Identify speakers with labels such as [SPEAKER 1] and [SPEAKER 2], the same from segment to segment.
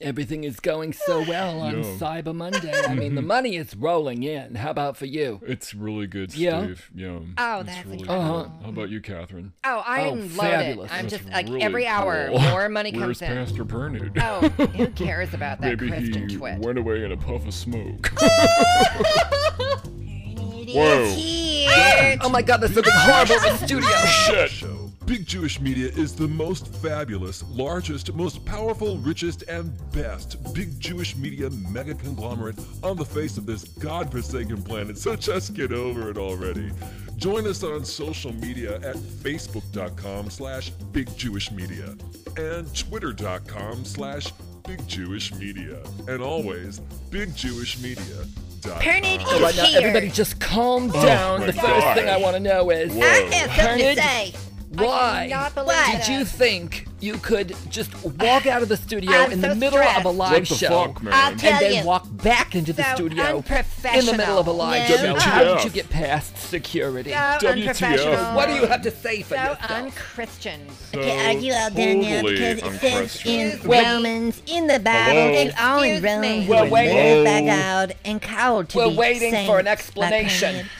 [SPEAKER 1] Everything is going so well on
[SPEAKER 2] Yeah.
[SPEAKER 1] Cyber Monday. I mean, the money is rolling in. How about for you?
[SPEAKER 2] It's really good,
[SPEAKER 1] Yeah.
[SPEAKER 2] Steve. Yeah.
[SPEAKER 3] Oh,
[SPEAKER 2] it's
[SPEAKER 3] that's
[SPEAKER 2] really
[SPEAKER 3] incredible.
[SPEAKER 2] good. How about you, Catherine?
[SPEAKER 3] Oh,
[SPEAKER 1] Oh,
[SPEAKER 3] I'm loaded.
[SPEAKER 1] fabulous.
[SPEAKER 3] I'm
[SPEAKER 1] That's
[SPEAKER 3] just like
[SPEAKER 2] Really
[SPEAKER 3] every hour
[SPEAKER 2] cool.
[SPEAKER 3] more money
[SPEAKER 2] Where's
[SPEAKER 3] comes in.
[SPEAKER 2] Pastor Bernard?
[SPEAKER 3] Oh, who cares about that
[SPEAKER 2] Maybe
[SPEAKER 3] Kristen
[SPEAKER 2] he
[SPEAKER 3] Twit?
[SPEAKER 2] went away in a puff of smoke.
[SPEAKER 3] It's here.
[SPEAKER 1] Oh my god, this looking horrible in the studio.
[SPEAKER 2] Oh, Shit.
[SPEAKER 4] Show. Big Jewish Media is the most fabulous, largest, most powerful, richest, and best big Jewish media mega conglomerate on the face of this godforsaken planet, so just get over it already. Join us on social media at facebook.com slash big Jewish media and twitter.com slash big Jewish media. And always, bigjewishmedia.com.
[SPEAKER 3] Bernard
[SPEAKER 1] All right,
[SPEAKER 3] is
[SPEAKER 1] now Oh,
[SPEAKER 3] here.
[SPEAKER 1] everybody just calm down.
[SPEAKER 2] Oh my
[SPEAKER 1] the first thing I
[SPEAKER 2] gosh.
[SPEAKER 1] want to know is
[SPEAKER 2] Whoa.
[SPEAKER 5] I have something
[SPEAKER 1] Bernard,
[SPEAKER 5] to say.
[SPEAKER 1] why
[SPEAKER 3] cannot believe
[SPEAKER 1] did
[SPEAKER 3] that.
[SPEAKER 1] you think you could just walk out of the studio
[SPEAKER 3] I'm
[SPEAKER 1] in
[SPEAKER 3] so
[SPEAKER 1] the middle of
[SPEAKER 3] stressed.
[SPEAKER 1] a live
[SPEAKER 2] what the
[SPEAKER 1] show
[SPEAKER 2] fuck,
[SPEAKER 5] I'll
[SPEAKER 2] man?
[SPEAKER 5] tell
[SPEAKER 1] and then
[SPEAKER 5] you.
[SPEAKER 1] walk back into the
[SPEAKER 3] So
[SPEAKER 1] studio in the
[SPEAKER 3] unprofessional.
[SPEAKER 1] middle of a live
[SPEAKER 5] No.
[SPEAKER 1] show? How did
[SPEAKER 2] WTF?
[SPEAKER 1] you get past security?
[SPEAKER 3] So
[SPEAKER 2] WTF.
[SPEAKER 3] unprofessional.
[SPEAKER 1] What do you have to say for
[SPEAKER 3] So
[SPEAKER 1] yourself?
[SPEAKER 3] unchristian.
[SPEAKER 5] Okay, are you all done now?
[SPEAKER 2] totally
[SPEAKER 5] Because it says in
[SPEAKER 2] unquestioned.
[SPEAKER 1] Well-
[SPEAKER 5] Romans, in the Bible,
[SPEAKER 2] Hello?
[SPEAKER 5] it's all in
[SPEAKER 3] Excuse me.
[SPEAKER 5] Romans.
[SPEAKER 1] We're
[SPEAKER 5] We're
[SPEAKER 1] waiting-
[SPEAKER 5] by God and called to
[SPEAKER 1] We're
[SPEAKER 5] be
[SPEAKER 1] waiting
[SPEAKER 5] saints
[SPEAKER 1] for an
[SPEAKER 5] by
[SPEAKER 1] explanation.
[SPEAKER 5] God.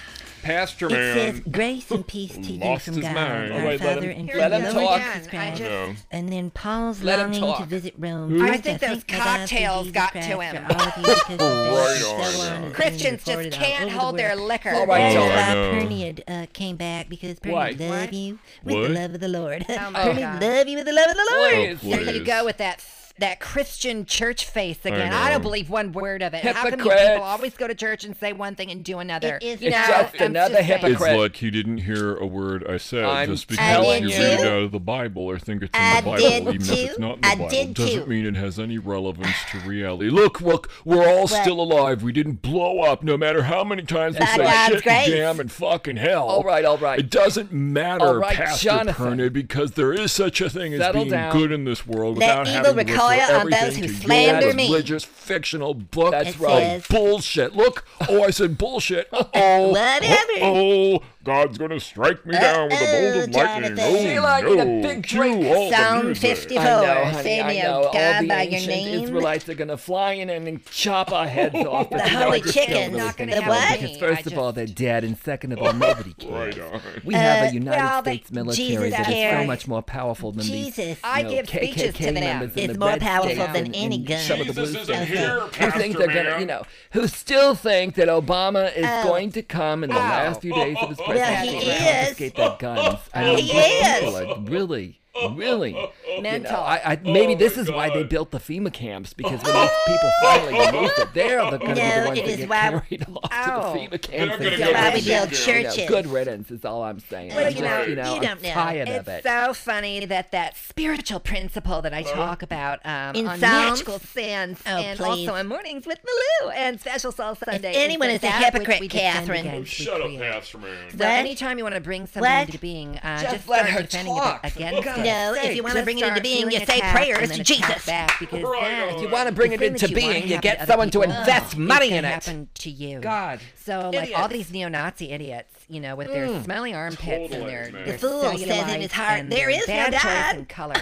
[SPEAKER 2] Pastor
[SPEAKER 5] It says,
[SPEAKER 2] man.
[SPEAKER 5] grace and peace to you
[SPEAKER 2] Lost
[SPEAKER 5] from
[SPEAKER 2] his
[SPEAKER 5] God,
[SPEAKER 2] mind.
[SPEAKER 5] our
[SPEAKER 1] All right, let
[SPEAKER 5] Father,
[SPEAKER 1] him-
[SPEAKER 5] and
[SPEAKER 1] Here let
[SPEAKER 5] from the
[SPEAKER 1] him
[SPEAKER 5] Lord
[SPEAKER 1] talk.
[SPEAKER 5] Jesus
[SPEAKER 3] I
[SPEAKER 5] Christ.
[SPEAKER 3] just-
[SPEAKER 2] No.
[SPEAKER 5] And then Paul's
[SPEAKER 1] Let him
[SPEAKER 5] longing
[SPEAKER 1] talk.
[SPEAKER 5] to visit Rome. First,
[SPEAKER 3] I think those
[SPEAKER 5] thank my God through
[SPEAKER 3] cocktails
[SPEAKER 5] Jesus
[SPEAKER 3] got
[SPEAKER 5] Christ
[SPEAKER 3] to
[SPEAKER 5] for
[SPEAKER 3] him.
[SPEAKER 5] all of you because of the
[SPEAKER 2] Right
[SPEAKER 5] grace
[SPEAKER 2] on,
[SPEAKER 5] that
[SPEAKER 2] yeah.
[SPEAKER 5] is being
[SPEAKER 3] Christians just
[SPEAKER 5] reported all
[SPEAKER 3] can't
[SPEAKER 5] over
[SPEAKER 3] hold
[SPEAKER 5] the
[SPEAKER 3] their
[SPEAKER 5] world.
[SPEAKER 3] liquor.
[SPEAKER 1] All right,
[SPEAKER 5] That's
[SPEAKER 2] Oh, I
[SPEAKER 5] why
[SPEAKER 2] know.
[SPEAKER 5] Perniad uh, came back because
[SPEAKER 1] Why?
[SPEAKER 5] Perniad
[SPEAKER 3] What?
[SPEAKER 5] loved you with
[SPEAKER 2] What?
[SPEAKER 5] the love of the Lord.
[SPEAKER 3] Oh, my
[SPEAKER 5] Perniad
[SPEAKER 3] God.
[SPEAKER 5] loved you with the love of the Lord.
[SPEAKER 1] Please.
[SPEAKER 2] Oh,
[SPEAKER 3] There you
[SPEAKER 2] please.
[SPEAKER 3] go with that that Christian church face again.
[SPEAKER 2] know.
[SPEAKER 3] I, don't believe one word of it. How come you
[SPEAKER 1] Hypocrites.
[SPEAKER 3] people always go to church and say one thing and do another?
[SPEAKER 5] It is
[SPEAKER 3] You
[SPEAKER 5] not.
[SPEAKER 3] know,
[SPEAKER 1] Just
[SPEAKER 3] I'm
[SPEAKER 1] another
[SPEAKER 3] just saying.
[SPEAKER 1] hypocrite.
[SPEAKER 2] It's like he didn't hear a word I said
[SPEAKER 1] I'm
[SPEAKER 2] just
[SPEAKER 5] telling
[SPEAKER 2] because you
[SPEAKER 5] you.
[SPEAKER 2] read it out of the Bible or think it's in
[SPEAKER 5] I
[SPEAKER 2] the Bible,
[SPEAKER 5] did
[SPEAKER 2] even if it's
[SPEAKER 5] too.
[SPEAKER 2] not in the
[SPEAKER 5] I
[SPEAKER 2] Bible.
[SPEAKER 5] did
[SPEAKER 2] doesn't
[SPEAKER 5] too.
[SPEAKER 2] mean it has any relevance to reality. Look, look, we're all still alive. We didn't blow up, no matter how many times we
[SPEAKER 5] By
[SPEAKER 2] say
[SPEAKER 5] God's
[SPEAKER 2] shit
[SPEAKER 5] grace.
[SPEAKER 2] and damn and fucking hell.
[SPEAKER 1] All right, all right.
[SPEAKER 2] It doesn't matter,
[SPEAKER 1] All right,
[SPEAKER 2] Pastor
[SPEAKER 1] Jonathan.
[SPEAKER 2] Perna, because there is such a thing as
[SPEAKER 1] Settle
[SPEAKER 2] being
[SPEAKER 1] down.
[SPEAKER 2] good in this world
[SPEAKER 5] Let
[SPEAKER 2] without
[SPEAKER 5] evil
[SPEAKER 2] having to refer
[SPEAKER 5] recoil on
[SPEAKER 2] everything
[SPEAKER 5] those who
[SPEAKER 2] to your
[SPEAKER 5] slander me.
[SPEAKER 2] religious fictional book.
[SPEAKER 1] That's
[SPEAKER 5] It
[SPEAKER 1] right.
[SPEAKER 5] says-
[SPEAKER 2] Bullshit. Look, oh, I said bullshit. Oh,
[SPEAKER 5] Whatever.
[SPEAKER 2] Oh, God's gonna strike me down with a bolt of
[SPEAKER 5] Uh-oh,
[SPEAKER 2] lightning.
[SPEAKER 5] Jonathan.
[SPEAKER 2] Oh,
[SPEAKER 1] Sheila, I need a
[SPEAKER 2] no.
[SPEAKER 1] big
[SPEAKER 2] Cue
[SPEAKER 1] drink.
[SPEAKER 2] all the
[SPEAKER 5] Psalm
[SPEAKER 2] music.
[SPEAKER 5] 54.
[SPEAKER 1] I know, honey,
[SPEAKER 5] Save
[SPEAKER 1] I
[SPEAKER 5] me,
[SPEAKER 1] know.
[SPEAKER 5] O
[SPEAKER 1] All
[SPEAKER 5] God,
[SPEAKER 1] the
[SPEAKER 5] by your
[SPEAKER 1] ancient
[SPEAKER 5] name.
[SPEAKER 1] Israelites are going to fly in and, and chop our heads off.
[SPEAKER 5] The holy chickens.
[SPEAKER 3] gonna
[SPEAKER 5] The
[SPEAKER 3] happen.
[SPEAKER 5] what?
[SPEAKER 1] Because first
[SPEAKER 3] I
[SPEAKER 1] of all, they're dead, and second of all, nobody cares.
[SPEAKER 2] Right on.
[SPEAKER 1] We have
[SPEAKER 5] Uh,
[SPEAKER 1] a United
[SPEAKER 3] well, they-
[SPEAKER 1] States military
[SPEAKER 5] Jesus
[SPEAKER 1] that is so
[SPEAKER 5] cares.
[SPEAKER 1] much more powerful than these.
[SPEAKER 5] Jesus.
[SPEAKER 3] I
[SPEAKER 1] you know,
[SPEAKER 3] give
[SPEAKER 1] KKK
[SPEAKER 3] speeches to them.
[SPEAKER 1] members in
[SPEAKER 5] It's
[SPEAKER 1] the
[SPEAKER 5] more
[SPEAKER 1] red
[SPEAKER 5] powerful
[SPEAKER 1] states
[SPEAKER 5] than
[SPEAKER 1] and-
[SPEAKER 5] any
[SPEAKER 1] and
[SPEAKER 5] gun.
[SPEAKER 1] Some of the blue
[SPEAKER 2] Jesus isn't
[SPEAKER 1] states
[SPEAKER 2] here,
[SPEAKER 1] who think
[SPEAKER 2] Pastor
[SPEAKER 1] they're gonna,
[SPEAKER 2] man.
[SPEAKER 1] you know, who still think that Obama is
[SPEAKER 5] Oh.
[SPEAKER 1] going to come in the
[SPEAKER 3] Oh.
[SPEAKER 1] last few days of his presidency
[SPEAKER 5] he
[SPEAKER 1] and
[SPEAKER 5] is.
[SPEAKER 1] confiscate their guns. I mean,
[SPEAKER 5] He
[SPEAKER 1] these
[SPEAKER 5] is.
[SPEAKER 1] people are really, really. You know,
[SPEAKER 3] Mental.
[SPEAKER 1] I, I, maybe
[SPEAKER 2] Oh
[SPEAKER 1] this
[SPEAKER 2] my
[SPEAKER 1] is why they
[SPEAKER 2] God.
[SPEAKER 1] built the FEMA camps because when these people finally moved it, they're the, gonna be the
[SPEAKER 5] No,
[SPEAKER 1] ones
[SPEAKER 5] it
[SPEAKER 1] that
[SPEAKER 5] is
[SPEAKER 1] get
[SPEAKER 5] why-
[SPEAKER 1] carried off
[SPEAKER 3] Ow.
[SPEAKER 1] to the FEMA camps.
[SPEAKER 2] gonna
[SPEAKER 1] and
[SPEAKER 2] go
[SPEAKER 1] stuff.
[SPEAKER 2] back
[SPEAKER 5] Why we
[SPEAKER 2] to
[SPEAKER 5] build
[SPEAKER 2] jail.
[SPEAKER 1] You know,
[SPEAKER 5] churches.
[SPEAKER 1] good riddance is all I'm saying.
[SPEAKER 3] Well,
[SPEAKER 1] I'm
[SPEAKER 3] you
[SPEAKER 1] just,
[SPEAKER 3] know,
[SPEAKER 1] you know,
[SPEAKER 5] you
[SPEAKER 1] I'm
[SPEAKER 5] don't know.
[SPEAKER 1] tired of
[SPEAKER 3] It's
[SPEAKER 1] it.
[SPEAKER 3] so funny that that spiritual principle that I talk about um,
[SPEAKER 5] In
[SPEAKER 3] on
[SPEAKER 5] Psalms?
[SPEAKER 3] magical sins
[SPEAKER 5] Oh,
[SPEAKER 3] and
[SPEAKER 5] please.
[SPEAKER 3] also on mornings with Malou and special Soul Sunday.
[SPEAKER 5] anyone
[SPEAKER 3] the
[SPEAKER 5] is a
[SPEAKER 3] that
[SPEAKER 5] hypocrite,
[SPEAKER 3] which we defend
[SPEAKER 5] Catherine.
[SPEAKER 3] against, we
[SPEAKER 2] Shut up,
[SPEAKER 3] create.
[SPEAKER 2] Pastor Man.
[SPEAKER 3] So
[SPEAKER 5] What?
[SPEAKER 3] anytime you want to bring something
[SPEAKER 5] What?
[SPEAKER 3] into being, uh,
[SPEAKER 1] Just
[SPEAKER 3] just,
[SPEAKER 1] let
[SPEAKER 3] start
[SPEAKER 1] her
[SPEAKER 3] defending
[SPEAKER 1] talk.
[SPEAKER 3] it
[SPEAKER 1] For
[SPEAKER 3] against
[SPEAKER 1] God's
[SPEAKER 3] it.
[SPEAKER 5] No, if
[SPEAKER 1] sake,
[SPEAKER 5] you want to
[SPEAKER 3] Just
[SPEAKER 5] bring it into
[SPEAKER 3] start
[SPEAKER 5] being,
[SPEAKER 3] feeling
[SPEAKER 5] you say
[SPEAKER 3] attacked and
[SPEAKER 5] prayers
[SPEAKER 3] then
[SPEAKER 5] to
[SPEAKER 3] attack
[SPEAKER 5] Jesus.
[SPEAKER 3] Back because
[SPEAKER 2] Right
[SPEAKER 3] then
[SPEAKER 2] on.
[SPEAKER 1] You want to bring it
[SPEAKER 3] the thing
[SPEAKER 1] into
[SPEAKER 3] that you wanna
[SPEAKER 1] being, you
[SPEAKER 3] happen
[SPEAKER 1] get
[SPEAKER 3] other
[SPEAKER 1] someone to
[SPEAKER 3] people,
[SPEAKER 1] invest
[SPEAKER 3] it's
[SPEAKER 1] money
[SPEAKER 3] gonna
[SPEAKER 1] in it.
[SPEAKER 3] happen to you.
[SPEAKER 1] God.
[SPEAKER 3] So like all
[SPEAKER 1] Idiots.
[SPEAKER 3] these neo-Nazi idiots, you know, with their smelly armpits
[SPEAKER 2] Totally,
[SPEAKER 3] and their,
[SPEAKER 2] man.
[SPEAKER 3] their
[SPEAKER 2] The
[SPEAKER 5] Mm. fool says in
[SPEAKER 3] cellulites
[SPEAKER 5] his heart,
[SPEAKER 3] and
[SPEAKER 5] "There
[SPEAKER 3] their
[SPEAKER 5] is no
[SPEAKER 3] bad choice
[SPEAKER 5] God."
[SPEAKER 3] in color.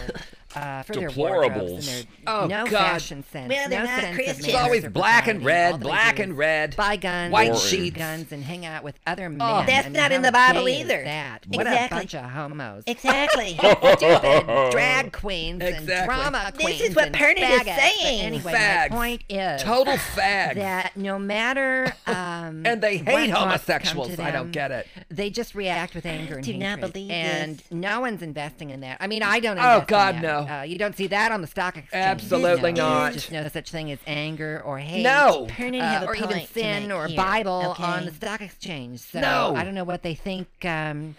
[SPEAKER 3] Uh, for their
[SPEAKER 2] Deplorables.
[SPEAKER 3] wardrobes and their
[SPEAKER 1] Oh,
[SPEAKER 3] no
[SPEAKER 1] God.
[SPEAKER 3] fashion sense,
[SPEAKER 5] Well, they're
[SPEAKER 3] no
[SPEAKER 5] not
[SPEAKER 3] sense of
[SPEAKER 5] Christians.
[SPEAKER 1] It's
[SPEAKER 3] manners
[SPEAKER 1] always
[SPEAKER 3] or
[SPEAKER 1] black and
[SPEAKER 3] propriety. All
[SPEAKER 1] red,
[SPEAKER 3] they
[SPEAKER 1] black
[SPEAKER 3] do
[SPEAKER 1] and
[SPEAKER 3] is
[SPEAKER 1] red.
[SPEAKER 3] Buy guns,
[SPEAKER 1] White
[SPEAKER 3] shoot
[SPEAKER 1] sheets.
[SPEAKER 3] guns, and hang out with other men.
[SPEAKER 1] that's
[SPEAKER 3] I mean,
[SPEAKER 5] Oh, not
[SPEAKER 3] how
[SPEAKER 5] in the Bible
[SPEAKER 3] gay is
[SPEAKER 5] either.
[SPEAKER 3] That what a
[SPEAKER 5] Exactly.
[SPEAKER 3] bunch of homos.
[SPEAKER 5] Exactly.
[SPEAKER 3] stupid drag queens
[SPEAKER 1] Exactly.
[SPEAKER 3] and drama
[SPEAKER 5] This is
[SPEAKER 3] queens.
[SPEAKER 5] what
[SPEAKER 3] and
[SPEAKER 5] Pernod is
[SPEAKER 3] faggots. But
[SPEAKER 5] saying.
[SPEAKER 3] Anyway,
[SPEAKER 1] Fags.
[SPEAKER 3] my point is
[SPEAKER 1] Total fags.
[SPEAKER 3] that no matter um,
[SPEAKER 1] And they
[SPEAKER 3] what
[SPEAKER 1] hate
[SPEAKER 3] thoughts come
[SPEAKER 1] homosexuals.
[SPEAKER 3] to
[SPEAKER 1] I don't
[SPEAKER 3] them,
[SPEAKER 1] get it.
[SPEAKER 3] They just react with anger and
[SPEAKER 5] do not
[SPEAKER 3] hatred.
[SPEAKER 5] believe
[SPEAKER 3] and
[SPEAKER 5] this.
[SPEAKER 3] no one's investing in that. I mean, I don't.
[SPEAKER 1] Oh,
[SPEAKER 3] invest in
[SPEAKER 1] God,
[SPEAKER 3] that.
[SPEAKER 1] no.
[SPEAKER 3] Uh, you don't see that on the stock exchange.
[SPEAKER 1] Absolutely
[SPEAKER 3] no.
[SPEAKER 1] not.
[SPEAKER 3] There's just no such thing as anger or hate.
[SPEAKER 1] No.
[SPEAKER 5] Pernod have
[SPEAKER 3] uh,
[SPEAKER 5] a
[SPEAKER 3] or even
[SPEAKER 5] point to
[SPEAKER 3] sin
[SPEAKER 5] make
[SPEAKER 3] or
[SPEAKER 5] here,
[SPEAKER 3] Bible
[SPEAKER 5] okay?
[SPEAKER 3] on the stock exchange. So
[SPEAKER 1] No.
[SPEAKER 3] I don't know what they think. Um,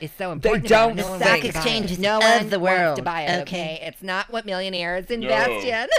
[SPEAKER 3] is so important.
[SPEAKER 1] don't
[SPEAKER 3] about it. no one
[SPEAKER 1] think.
[SPEAKER 3] wants to buy it.
[SPEAKER 5] Stock exchanges
[SPEAKER 3] no
[SPEAKER 5] of
[SPEAKER 3] one
[SPEAKER 5] the
[SPEAKER 3] wants
[SPEAKER 5] world,
[SPEAKER 3] to buy it.
[SPEAKER 5] okay?
[SPEAKER 3] Okay, it's not what millionaires invest
[SPEAKER 2] No.
[SPEAKER 3] in.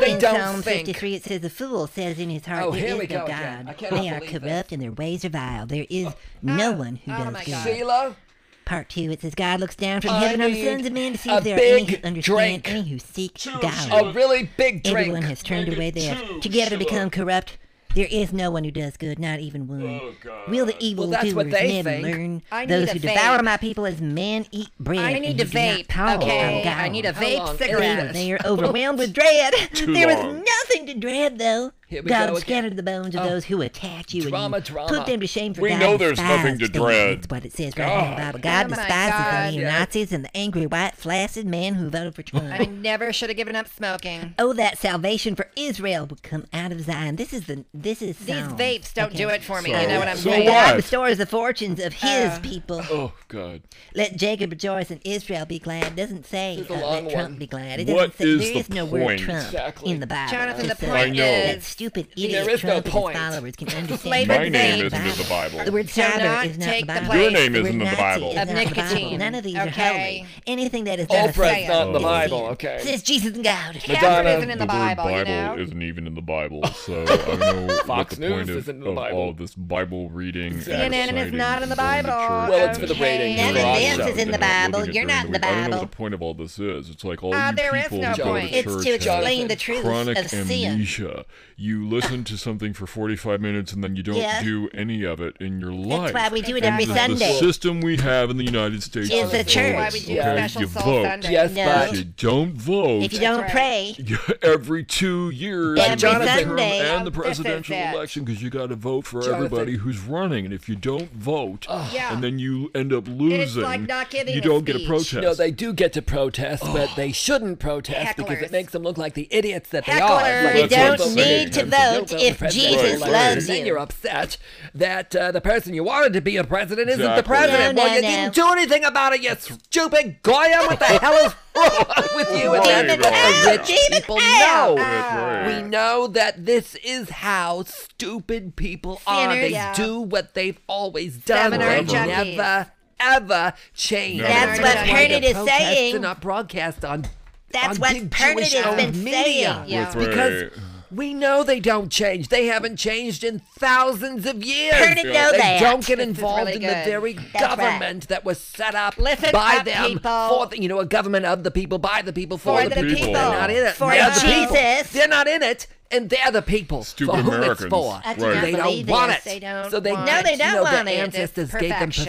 [SPEAKER 1] They
[SPEAKER 5] in
[SPEAKER 1] don't
[SPEAKER 5] Psalm
[SPEAKER 1] think.
[SPEAKER 5] 53, it says, The fool says in his heart,
[SPEAKER 1] Oh,
[SPEAKER 5] There
[SPEAKER 1] here
[SPEAKER 5] is
[SPEAKER 1] we
[SPEAKER 5] no
[SPEAKER 1] go again. I
[SPEAKER 5] God.
[SPEAKER 1] cannot
[SPEAKER 5] They are
[SPEAKER 1] believe Uh, this.
[SPEAKER 5] corrupt and their ways are vile. There is no one who
[SPEAKER 3] oh
[SPEAKER 5] does
[SPEAKER 3] my
[SPEAKER 5] good.
[SPEAKER 3] God.
[SPEAKER 1] Sheila,
[SPEAKER 5] Part two, it says, God looks down from
[SPEAKER 1] I
[SPEAKER 5] heaven on
[SPEAKER 1] need
[SPEAKER 5] the sons of men to see
[SPEAKER 1] a
[SPEAKER 5] if there are any
[SPEAKER 1] big
[SPEAKER 5] who understand,
[SPEAKER 1] drink.
[SPEAKER 5] any who seek
[SPEAKER 2] Two
[SPEAKER 5] God.
[SPEAKER 2] shots.
[SPEAKER 1] a really big drink.
[SPEAKER 5] Everyone has turned
[SPEAKER 2] Make it
[SPEAKER 5] away. They
[SPEAKER 2] two,
[SPEAKER 5] have together
[SPEAKER 2] Sheila.
[SPEAKER 5] become corrupt. There is no one who does good, not even one.
[SPEAKER 2] Oh, God.
[SPEAKER 5] Will the evil
[SPEAKER 3] Well, that's what
[SPEAKER 5] doers
[SPEAKER 3] they
[SPEAKER 5] never
[SPEAKER 3] think.
[SPEAKER 5] learn?
[SPEAKER 3] I need
[SPEAKER 5] Those
[SPEAKER 3] a
[SPEAKER 5] who
[SPEAKER 3] vape.
[SPEAKER 5] devour my people as men eat bread.
[SPEAKER 3] I
[SPEAKER 5] and
[SPEAKER 3] need to
[SPEAKER 5] who do not
[SPEAKER 3] vape.
[SPEAKER 5] pause. I'm
[SPEAKER 3] Okay, I
[SPEAKER 5] gone.
[SPEAKER 3] need a
[SPEAKER 1] How
[SPEAKER 3] vape
[SPEAKER 1] long?
[SPEAKER 3] cigarette.
[SPEAKER 5] They are overwhelmed with dread. there is
[SPEAKER 2] long.
[SPEAKER 5] nothing to dread, though.
[SPEAKER 3] Here we
[SPEAKER 5] God
[SPEAKER 3] go
[SPEAKER 5] will
[SPEAKER 3] again.
[SPEAKER 5] scatter the bones of those who attack you
[SPEAKER 3] Drama,
[SPEAKER 5] and you
[SPEAKER 3] drama.
[SPEAKER 5] put them to shame for
[SPEAKER 2] We
[SPEAKER 5] God
[SPEAKER 2] know there's
[SPEAKER 5] despises
[SPEAKER 2] nothing to
[SPEAKER 5] them.
[SPEAKER 2] dread.
[SPEAKER 5] That's what it says right here in the
[SPEAKER 2] God.
[SPEAKER 5] Bible. God
[SPEAKER 3] Oh my
[SPEAKER 5] despises
[SPEAKER 3] God,
[SPEAKER 5] the
[SPEAKER 3] yeah.
[SPEAKER 5] neo-Nazis and the angry, white, flaccid men who voted for Trump.
[SPEAKER 3] I never should have given up smoking.
[SPEAKER 5] Oh, that salvation for Israel would come out of Zion. This is the this is
[SPEAKER 3] These
[SPEAKER 5] Psalm.
[SPEAKER 3] vapes don't
[SPEAKER 5] Okay.
[SPEAKER 3] do it for me.
[SPEAKER 2] So-
[SPEAKER 3] you know what I'm
[SPEAKER 2] so
[SPEAKER 3] saying? Uh.
[SPEAKER 2] what?
[SPEAKER 5] God restores the fortunes of His people.
[SPEAKER 2] Oh God!
[SPEAKER 5] Let Jacob rejoice and Israel be glad. It doesn't say
[SPEAKER 1] This is a
[SPEAKER 5] uh,
[SPEAKER 1] long
[SPEAKER 5] let Trump
[SPEAKER 1] one.
[SPEAKER 5] be glad. It
[SPEAKER 2] What
[SPEAKER 5] doesn't say
[SPEAKER 2] is
[SPEAKER 5] there
[SPEAKER 2] the
[SPEAKER 5] is no word
[SPEAKER 2] point?
[SPEAKER 5] Trump
[SPEAKER 1] Exactly.
[SPEAKER 5] in the Bible.
[SPEAKER 3] Jonathan, the
[SPEAKER 5] Just, uh,
[SPEAKER 3] point
[SPEAKER 2] know.
[SPEAKER 5] that
[SPEAKER 3] is
[SPEAKER 5] stupid
[SPEAKER 1] is
[SPEAKER 5] idiot
[SPEAKER 1] no
[SPEAKER 5] Trump and his
[SPEAKER 1] point.
[SPEAKER 5] followers can understand.
[SPEAKER 3] flavored
[SPEAKER 2] My name
[SPEAKER 3] vape.
[SPEAKER 2] isn't in the Bible.
[SPEAKER 5] The word
[SPEAKER 3] Do
[SPEAKER 5] cyber
[SPEAKER 3] not
[SPEAKER 5] is not
[SPEAKER 3] take
[SPEAKER 5] the
[SPEAKER 3] the
[SPEAKER 5] Bible.
[SPEAKER 3] place Your
[SPEAKER 2] name
[SPEAKER 5] The
[SPEAKER 2] isn't
[SPEAKER 5] word
[SPEAKER 2] in the
[SPEAKER 5] Nazi
[SPEAKER 2] Bible.
[SPEAKER 5] is
[SPEAKER 3] Of
[SPEAKER 5] not the Bible.
[SPEAKER 3] nicotine.
[SPEAKER 5] None of these are
[SPEAKER 3] Okay.
[SPEAKER 5] holy. Anything that is not a
[SPEAKER 1] Oprah's not in the
[SPEAKER 2] Oh.
[SPEAKER 1] Bible, okay?
[SPEAKER 5] Says Jesus and God.
[SPEAKER 3] Catherine
[SPEAKER 1] Madonna,
[SPEAKER 3] isn't in the,
[SPEAKER 2] word
[SPEAKER 3] Bible,
[SPEAKER 2] Bible
[SPEAKER 3] you know?
[SPEAKER 2] isn't even in the Bible, so I don't know what
[SPEAKER 1] Fox
[SPEAKER 2] the point
[SPEAKER 1] News
[SPEAKER 2] of,
[SPEAKER 1] isn't in the
[SPEAKER 2] of
[SPEAKER 1] Bible.
[SPEAKER 2] all this Bible reading. and
[SPEAKER 3] CNN is
[SPEAKER 2] citing
[SPEAKER 3] not in the
[SPEAKER 2] going to
[SPEAKER 3] Bible.
[SPEAKER 2] church
[SPEAKER 1] Well, it's for the
[SPEAKER 2] and
[SPEAKER 1] ratings.
[SPEAKER 5] None
[SPEAKER 1] You're
[SPEAKER 5] of
[SPEAKER 1] on
[SPEAKER 5] this
[SPEAKER 1] show.
[SPEAKER 5] is in
[SPEAKER 2] and
[SPEAKER 5] the
[SPEAKER 2] uploading
[SPEAKER 5] Bible.
[SPEAKER 2] it
[SPEAKER 5] You're
[SPEAKER 2] during
[SPEAKER 5] not
[SPEAKER 2] the
[SPEAKER 5] in the
[SPEAKER 2] week. I don't know what
[SPEAKER 5] Bible.
[SPEAKER 2] the point of all this is. It's like all
[SPEAKER 3] Ah,
[SPEAKER 2] you
[SPEAKER 3] there is
[SPEAKER 2] people
[SPEAKER 3] no
[SPEAKER 2] who go to
[SPEAKER 3] point.
[SPEAKER 2] church
[SPEAKER 5] It's to
[SPEAKER 2] have
[SPEAKER 5] explain the truth
[SPEAKER 2] chronic
[SPEAKER 5] of sin.
[SPEAKER 2] amnesia. You listen to something for 45 minutes and then you don't
[SPEAKER 5] Yeah.
[SPEAKER 2] do any of it in your life.
[SPEAKER 5] That's why we do it
[SPEAKER 2] And
[SPEAKER 5] every
[SPEAKER 2] this is
[SPEAKER 5] Sunday.
[SPEAKER 2] The system we have in the United States
[SPEAKER 5] It's
[SPEAKER 2] is
[SPEAKER 5] a
[SPEAKER 2] votes,
[SPEAKER 5] church.
[SPEAKER 3] Why we do
[SPEAKER 2] okay?
[SPEAKER 3] special
[SPEAKER 2] you
[SPEAKER 3] Soul
[SPEAKER 2] vote.
[SPEAKER 3] Sunday.
[SPEAKER 1] Yes,
[SPEAKER 5] No.
[SPEAKER 1] but
[SPEAKER 2] If you don't vote
[SPEAKER 5] If you don't
[SPEAKER 3] right.
[SPEAKER 5] pray,
[SPEAKER 2] every two years
[SPEAKER 5] Every
[SPEAKER 2] you gotta
[SPEAKER 5] Sunday.
[SPEAKER 2] term
[SPEAKER 5] Oh,
[SPEAKER 2] and the
[SPEAKER 3] this is
[SPEAKER 2] presidential
[SPEAKER 3] it.
[SPEAKER 2] election because you got to vote for
[SPEAKER 1] Jonathan.
[SPEAKER 2] everybody who's running, and if you don't vote,
[SPEAKER 3] Yeah.
[SPEAKER 2] and then you end up losing,
[SPEAKER 3] like not giving
[SPEAKER 2] you
[SPEAKER 3] a
[SPEAKER 2] don't get a
[SPEAKER 3] speech.
[SPEAKER 2] protest. Oh.
[SPEAKER 1] No, they do get to protest, but they shouldn't protest because
[SPEAKER 3] Hecklers.
[SPEAKER 1] it makes them look like the idiots that they
[SPEAKER 3] Hecklers.
[SPEAKER 1] are. Like,
[SPEAKER 2] You
[SPEAKER 1] if
[SPEAKER 2] don't
[SPEAKER 1] vote for
[SPEAKER 2] need
[SPEAKER 1] the
[SPEAKER 2] to
[SPEAKER 5] vote
[SPEAKER 1] presidential
[SPEAKER 5] if
[SPEAKER 1] election,
[SPEAKER 2] Jesus loves
[SPEAKER 1] Then
[SPEAKER 5] you.
[SPEAKER 1] you're upset that uh, the person you wanted to be a president isn't the
[SPEAKER 2] Exactly.
[SPEAKER 1] president.
[SPEAKER 5] No,
[SPEAKER 1] well,
[SPEAKER 5] no,
[SPEAKER 1] you
[SPEAKER 5] no.
[SPEAKER 1] didn't do anything about it, you stupid goyim. What the hell is wrong with you? And
[SPEAKER 2] Right,
[SPEAKER 1] that's
[SPEAKER 2] right,
[SPEAKER 1] what the
[SPEAKER 2] right.
[SPEAKER 1] rich
[SPEAKER 5] Demon
[SPEAKER 1] people
[SPEAKER 5] out.
[SPEAKER 1] know.
[SPEAKER 2] That's
[SPEAKER 1] We
[SPEAKER 2] right.
[SPEAKER 1] know that this is how stupid people are.
[SPEAKER 3] Sinners.
[SPEAKER 1] They
[SPEAKER 3] Yeah.
[SPEAKER 1] do what they've always done.
[SPEAKER 3] Seminar
[SPEAKER 1] They
[SPEAKER 3] junkies.
[SPEAKER 1] never, ever change.
[SPEAKER 2] Never. That's what
[SPEAKER 1] Why the
[SPEAKER 5] Pernod is
[SPEAKER 1] protests
[SPEAKER 5] saying.
[SPEAKER 1] are not broadcast on.
[SPEAKER 5] That's
[SPEAKER 1] on
[SPEAKER 5] what
[SPEAKER 1] big
[SPEAKER 5] Pernod
[SPEAKER 1] Jewish
[SPEAKER 5] has
[SPEAKER 1] owned
[SPEAKER 5] been
[SPEAKER 1] media.
[SPEAKER 5] saying.
[SPEAKER 3] Yeah.
[SPEAKER 2] That's
[SPEAKER 1] Because
[SPEAKER 2] right.
[SPEAKER 1] we know they don't change. They haven't changed in thousands of years.
[SPEAKER 5] Pernod know
[SPEAKER 1] they
[SPEAKER 5] that.
[SPEAKER 1] don't get
[SPEAKER 3] This is
[SPEAKER 1] involved
[SPEAKER 3] really
[SPEAKER 1] in the
[SPEAKER 3] good.
[SPEAKER 1] very
[SPEAKER 5] That's right.
[SPEAKER 1] government that was set up
[SPEAKER 3] Listen
[SPEAKER 1] by
[SPEAKER 3] up,
[SPEAKER 1] them
[SPEAKER 3] people.
[SPEAKER 1] for the, you know a government of the people, by the people, for,
[SPEAKER 3] For
[SPEAKER 1] the,
[SPEAKER 3] the
[SPEAKER 1] people.
[SPEAKER 2] people.
[SPEAKER 1] They're not in it.
[SPEAKER 5] For
[SPEAKER 1] they're the
[SPEAKER 5] Jesus.
[SPEAKER 1] people. They're not in it, and they're the people
[SPEAKER 2] Stupid
[SPEAKER 1] for whom
[SPEAKER 2] Americans.
[SPEAKER 1] it's for.
[SPEAKER 2] I do
[SPEAKER 5] not
[SPEAKER 1] They
[SPEAKER 3] believe
[SPEAKER 1] don't want
[SPEAKER 3] this.
[SPEAKER 1] it.
[SPEAKER 3] They don't
[SPEAKER 1] so they
[SPEAKER 3] want-
[SPEAKER 5] No, they
[SPEAKER 1] you
[SPEAKER 5] don't
[SPEAKER 1] know,
[SPEAKER 5] want it.
[SPEAKER 1] their
[SPEAKER 5] It's
[SPEAKER 1] ancestors gave them
[SPEAKER 3] perfection.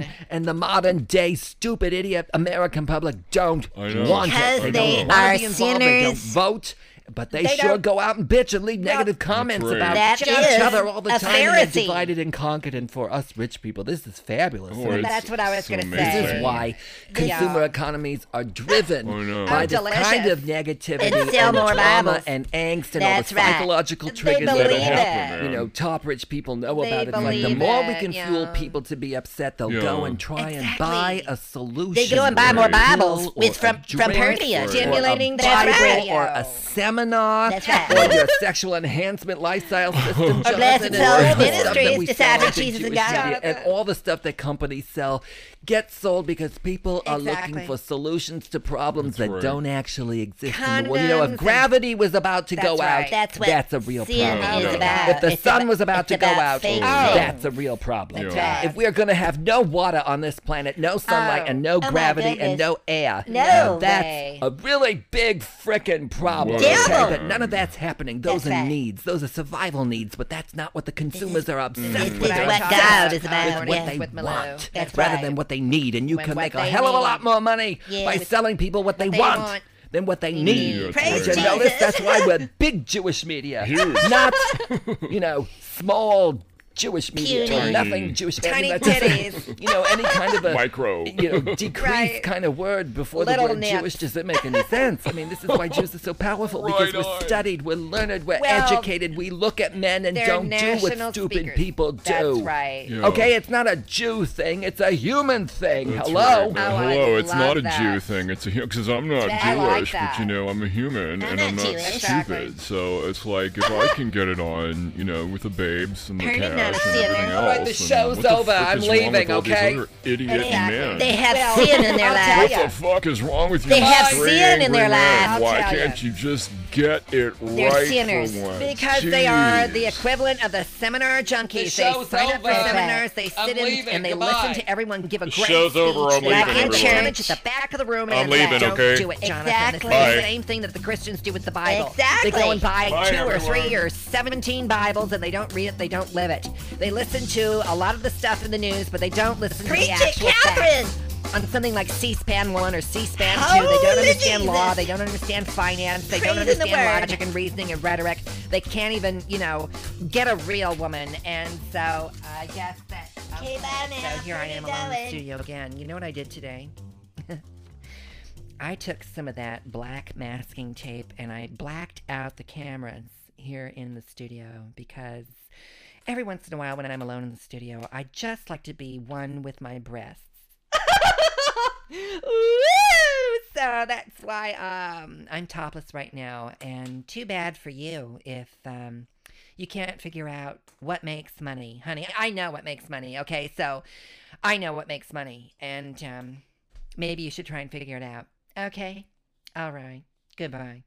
[SPEAKER 1] perfection, and the modern day stupid idiot American public don't
[SPEAKER 2] I know.
[SPEAKER 1] want
[SPEAKER 5] Because
[SPEAKER 1] it.
[SPEAKER 5] they
[SPEAKER 1] don't wanna
[SPEAKER 5] are
[SPEAKER 1] be involved. They don't
[SPEAKER 5] sinners.
[SPEAKER 1] vote, but they,
[SPEAKER 3] They
[SPEAKER 1] sure
[SPEAKER 3] don't-
[SPEAKER 1] go out and bitch and leave negative comments
[SPEAKER 2] Right.
[SPEAKER 1] about
[SPEAKER 5] That
[SPEAKER 1] each
[SPEAKER 5] is
[SPEAKER 1] other all the
[SPEAKER 5] a
[SPEAKER 1] time. And
[SPEAKER 5] Pharisee.
[SPEAKER 1] they're divided and conquered, and for us rich people, this is fabulous.
[SPEAKER 2] Oh, it's
[SPEAKER 3] That's what I was
[SPEAKER 2] so
[SPEAKER 3] gonna
[SPEAKER 2] amazing.
[SPEAKER 3] say.
[SPEAKER 1] This is why
[SPEAKER 3] Yeah.
[SPEAKER 1] consumer economies are driven
[SPEAKER 2] I know.
[SPEAKER 1] by
[SPEAKER 2] Oh,
[SPEAKER 1] this kind
[SPEAKER 3] delicious.
[SPEAKER 1] of negativity
[SPEAKER 5] And sell
[SPEAKER 1] and
[SPEAKER 5] more
[SPEAKER 1] drama
[SPEAKER 5] Bibles.
[SPEAKER 1] and angst and
[SPEAKER 5] That's
[SPEAKER 1] all the
[SPEAKER 5] right.
[SPEAKER 1] psychological
[SPEAKER 5] They
[SPEAKER 1] triggers
[SPEAKER 5] believe
[SPEAKER 1] that
[SPEAKER 2] it.
[SPEAKER 1] help, you know, top rich people know
[SPEAKER 3] They
[SPEAKER 1] about it. It's like the
[SPEAKER 3] believe
[SPEAKER 1] more we
[SPEAKER 3] it,
[SPEAKER 1] can fuel
[SPEAKER 3] yeah.
[SPEAKER 1] people to be upset, they'll
[SPEAKER 2] Yeah.
[SPEAKER 1] go and try and buy a solution.
[SPEAKER 5] They go and buy
[SPEAKER 1] or
[SPEAKER 5] more
[SPEAKER 1] a
[SPEAKER 5] Bibles
[SPEAKER 1] pill
[SPEAKER 5] with-
[SPEAKER 1] or
[SPEAKER 5] from-
[SPEAKER 1] a
[SPEAKER 5] from
[SPEAKER 1] drink
[SPEAKER 5] Pernia,
[SPEAKER 1] or a
[SPEAKER 3] stimulating their
[SPEAKER 1] Bible
[SPEAKER 3] radio.
[SPEAKER 1] or a seminar
[SPEAKER 5] That's right.
[SPEAKER 1] or your sexual enhancement lifestyle system.
[SPEAKER 5] Our
[SPEAKER 1] Jonathan,
[SPEAKER 5] Blessed
[SPEAKER 1] and
[SPEAKER 5] Soul
[SPEAKER 1] all the stuff
[SPEAKER 5] Ministries
[SPEAKER 1] that we sell
[SPEAKER 5] decided
[SPEAKER 1] at the
[SPEAKER 5] Jesus and
[SPEAKER 1] Jewish
[SPEAKER 5] God.
[SPEAKER 1] media and all the stuff that companies sell gets sold because people are looking
[SPEAKER 3] Exactly.
[SPEAKER 1] for solutions to problems
[SPEAKER 2] That's
[SPEAKER 1] that
[SPEAKER 2] right.
[SPEAKER 1] don't actually exist in the world. You know,
[SPEAKER 3] Condoms
[SPEAKER 1] if
[SPEAKER 3] and-
[SPEAKER 1] gravity was about to go
[SPEAKER 3] That's
[SPEAKER 1] out,
[SPEAKER 3] right.
[SPEAKER 5] That's what
[SPEAKER 1] a real
[SPEAKER 5] sin
[SPEAKER 2] Oh,
[SPEAKER 1] problem.
[SPEAKER 2] no.
[SPEAKER 5] is about.
[SPEAKER 1] If the
[SPEAKER 5] It's
[SPEAKER 1] sun
[SPEAKER 5] abo-
[SPEAKER 1] was about
[SPEAKER 5] it's
[SPEAKER 1] to go out,
[SPEAKER 5] faith.
[SPEAKER 2] Oh.
[SPEAKER 1] that's a real problem.
[SPEAKER 2] That's right.
[SPEAKER 1] If we're going to have no water on this planet, no sunlight,
[SPEAKER 3] Oh.
[SPEAKER 1] and no
[SPEAKER 5] my
[SPEAKER 1] gravity, and
[SPEAKER 5] goodness.
[SPEAKER 1] no air,
[SPEAKER 5] No
[SPEAKER 1] now that's
[SPEAKER 3] way.
[SPEAKER 1] a really big frickin' problem.
[SPEAKER 2] Whoa.
[SPEAKER 5] Devil.
[SPEAKER 1] But none of that's happening. Those
[SPEAKER 5] That's
[SPEAKER 1] are
[SPEAKER 5] right.
[SPEAKER 1] needs. Those are survival needs. But that's not what the consumers are obsessed
[SPEAKER 5] This
[SPEAKER 1] with.
[SPEAKER 5] is
[SPEAKER 1] They're
[SPEAKER 5] what
[SPEAKER 1] obsessed
[SPEAKER 5] God is
[SPEAKER 1] with
[SPEAKER 5] about,
[SPEAKER 1] what
[SPEAKER 5] yes.
[SPEAKER 1] they
[SPEAKER 3] With Malou.
[SPEAKER 1] want
[SPEAKER 5] That's
[SPEAKER 1] rather
[SPEAKER 5] right.
[SPEAKER 1] than what they need. And you
[SPEAKER 3] With
[SPEAKER 1] can
[SPEAKER 3] what
[SPEAKER 1] make a
[SPEAKER 3] they
[SPEAKER 1] hell of a
[SPEAKER 3] need.
[SPEAKER 1] lot more money
[SPEAKER 5] Yeah,
[SPEAKER 1] by
[SPEAKER 5] with
[SPEAKER 1] selling people what they
[SPEAKER 3] they
[SPEAKER 1] want.
[SPEAKER 3] want.
[SPEAKER 1] Than what they need.
[SPEAKER 2] Yeah,
[SPEAKER 5] Praise
[SPEAKER 1] Did you
[SPEAKER 5] Jesus.
[SPEAKER 1] notice that's why we're big Jewish media,
[SPEAKER 2] Huge.
[SPEAKER 1] not you know small Jewish media,
[SPEAKER 5] Puny.
[SPEAKER 1] or nothing Jewish.
[SPEAKER 3] Tiny
[SPEAKER 1] I mean, that's-
[SPEAKER 3] titties.
[SPEAKER 1] you know, any kind of a
[SPEAKER 2] Micro.
[SPEAKER 1] you know, decreased
[SPEAKER 3] Right.
[SPEAKER 1] kind of word before
[SPEAKER 3] Little
[SPEAKER 1] the word
[SPEAKER 3] nips.
[SPEAKER 1] Jewish doesn't make any sense. I mean, this is why Jews are so powerful because
[SPEAKER 2] Right
[SPEAKER 1] we're
[SPEAKER 2] on.
[SPEAKER 1] studied, we're learned, we're
[SPEAKER 3] Well,
[SPEAKER 1] educated, we look at men and
[SPEAKER 3] They're
[SPEAKER 1] don't do what
[SPEAKER 3] national
[SPEAKER 1] stupid
[SPEAKER 3] speakers.
[SPEAKER 1] people do.
[SPEAKER 3] That's right.
[SPEAKER 2] Yeah.
[SPEAKER 1] Okay, it's not a Jew thing, it's a human thing.
[SPEAKER 2] That's
[SPEAKER 1] Hello?
[SPEAKER 2] right.
[SPEAKER 3] Oh, I
[SPEAKER 2] hello. It's
[SPEAKER 3] love
[SPEAKER 2] not a
[SPEAKER 3] that.
[SPEAKER 2] Jew thing. It's a because I'm not
[SPEAKER 3] I like
[SPEAKER 2] Jewish,
[SPEAKER 3] that.
[SPEAKER 2] but you know I'm a human and
[SPEAKER 5] not
[SPEAKER 2] I'm not
[SPEAKER 5] Jewish.
[SPEAKER 2] stupid. So it's like if I can get it on, you know, with the babes and the cows
[SPEAKER 5] Pernod out of
[SPEAKER 2] and
[SPEAKER 5] theater.
[SPEAKER 2] everything
[SPEAKER 5] All
[SPEAKER 1] right,
[SPEAKER 2] else,
[SPEAKER 1] the
[SPEAKER 2] and
[SPEAKER 1] show's
[SPEAKER 2] what the
[SPEAKER 1] over.
[SPEAKER 2] frick
[SPEAKER 1] I'm
[SPEAKER 2] is wrong
[SPEAKER 1] leaving,
[SPEAKER 2] with all these
[SPEAKER 1] okay?
[SPEAKER 2] other Idiot
[SPEAKER 3] Exactly.
[SPEAKER 2] men.
[SPEAKER 5] They have
[SPEAKER 3] Well,
[SPEAKER 5] sin in their
[SPEAKER 3] I'll
[SPEAKER 5] life.
[SPEAKER 3] tell
[SPEAKER 2] What
[SPEAKER 3] ya.
[SPEAKER 2] the fuck is wrong with you?
[SPEAKER 5] They have
[SPEAKER 2] three
[SPEAKER 5] sin in
[SPEAKER 2] angry
[SPEAKER 5] their
[SPEAKER 2] men?
[SPEAKER 5] lives.
[SPEAKER 3] I'll
[SPEAKER 2] Why
[SPEAKER 3] tell ya.
[SPEAKER 2] can't you just get it
[SPEAKER 3] They're
[SPEAKER 2] right
[SPEAKER 3] sinners
[SPEAKER 2] for once?
[SPEAKER 3] because they are the
[SPEAKER 2] Jeez.
[SPEAKER 3] equivalent of the seminar junkies. they
[SPEAKER 1] show's
[SPEAKER 3] sign up for
[SPEAKER 1] over.
[SPEAKER 3] seminars, they
[SPEAKER 1] I'm
[SPEAKER 3] sit in
[SPEAKER 1] leaving.
[SPEAKER 3] and they
[SPEAKER 1] Goodbye.
[SPEAKER 3] listen to everyone give a great
[SPEAKER 6] show's
[SPEAKER 3] speech.
[SPEAKER 6] over. I'm
[SPEAKER 3] They
[SPEAKER 6] leaving,
[SPEAKER 3] back in
[SPEAKER 6] everyone.
[SPEAKER 3] church at the back of the room. And
[SPEAKER 6] I'm
[SPEAKER 3] they
[SPEAKER 6] leaving,
[SPEAKER 3] Don't
[SPEAKER 6] okay?
[SPEAKER 3] do it, Jonathan. It's
[SPEAKER 6] Bye.
[SPEAKER 3] the same thing that the Christians do with the Bible.
[SPEAKER 5] Exactly.
[SPEAKER 3] They go and buy
[SPEAKER 6] Bye,
[SPEAKER 3] two or
[SPEAKER 6] everyone.
[SPEAKER 3] three or seventeen Bibles, and they don't read it. They don't live it. They listen to a lot of the stuff in the news, but they don't listen
[SPEAKER 5] Preach
[SPEAKER 3] to the
[SPEAKER 5] it,
[SPEAKER 3] actual facts
[SPEAKER 5] Catherine!
[SPEAKER 3] on something like C-SPAN 1 or C-SPAN 2.
[SPEAKER 5] Holy
[SPEAKER 3] They don't understand
[SPEAKER 5] Jesus.
[SPEAKER 3] law. They don't understand finance. They
[SPEAKER 5] Praise
[SPEAKER 3] don't
[SPEAKER 5] in the
[SPEAKER 3] understand
[SPEAKER 5] Word.
[SPEAKER 3] logic and reasoning and rhetoric. They can't even, you know, get a real woman. And so I guess that.
[SPEAKER 5] Okay, bye now.
[SPEAKER 3] So here I am alone in
[SPEAKER 5] Pretty
[SPEAKER 3] the
[SPEAKER 5] darling.
[SPEAKER 3] studio again. You know what I did today? I took some of that black masking tape and I blacked out the cameras here in the studio because every once in a while when I'm alone in the studio, I just like to be one with my breasts. Woo! So that's why um, I'm topless right now, and too bad for you if um, you can't figure out what makes money, honey. I know what makes money. Okay, so I know what makes money, and um, maybe you should try and figure it out. Okay, all right. Goodbye.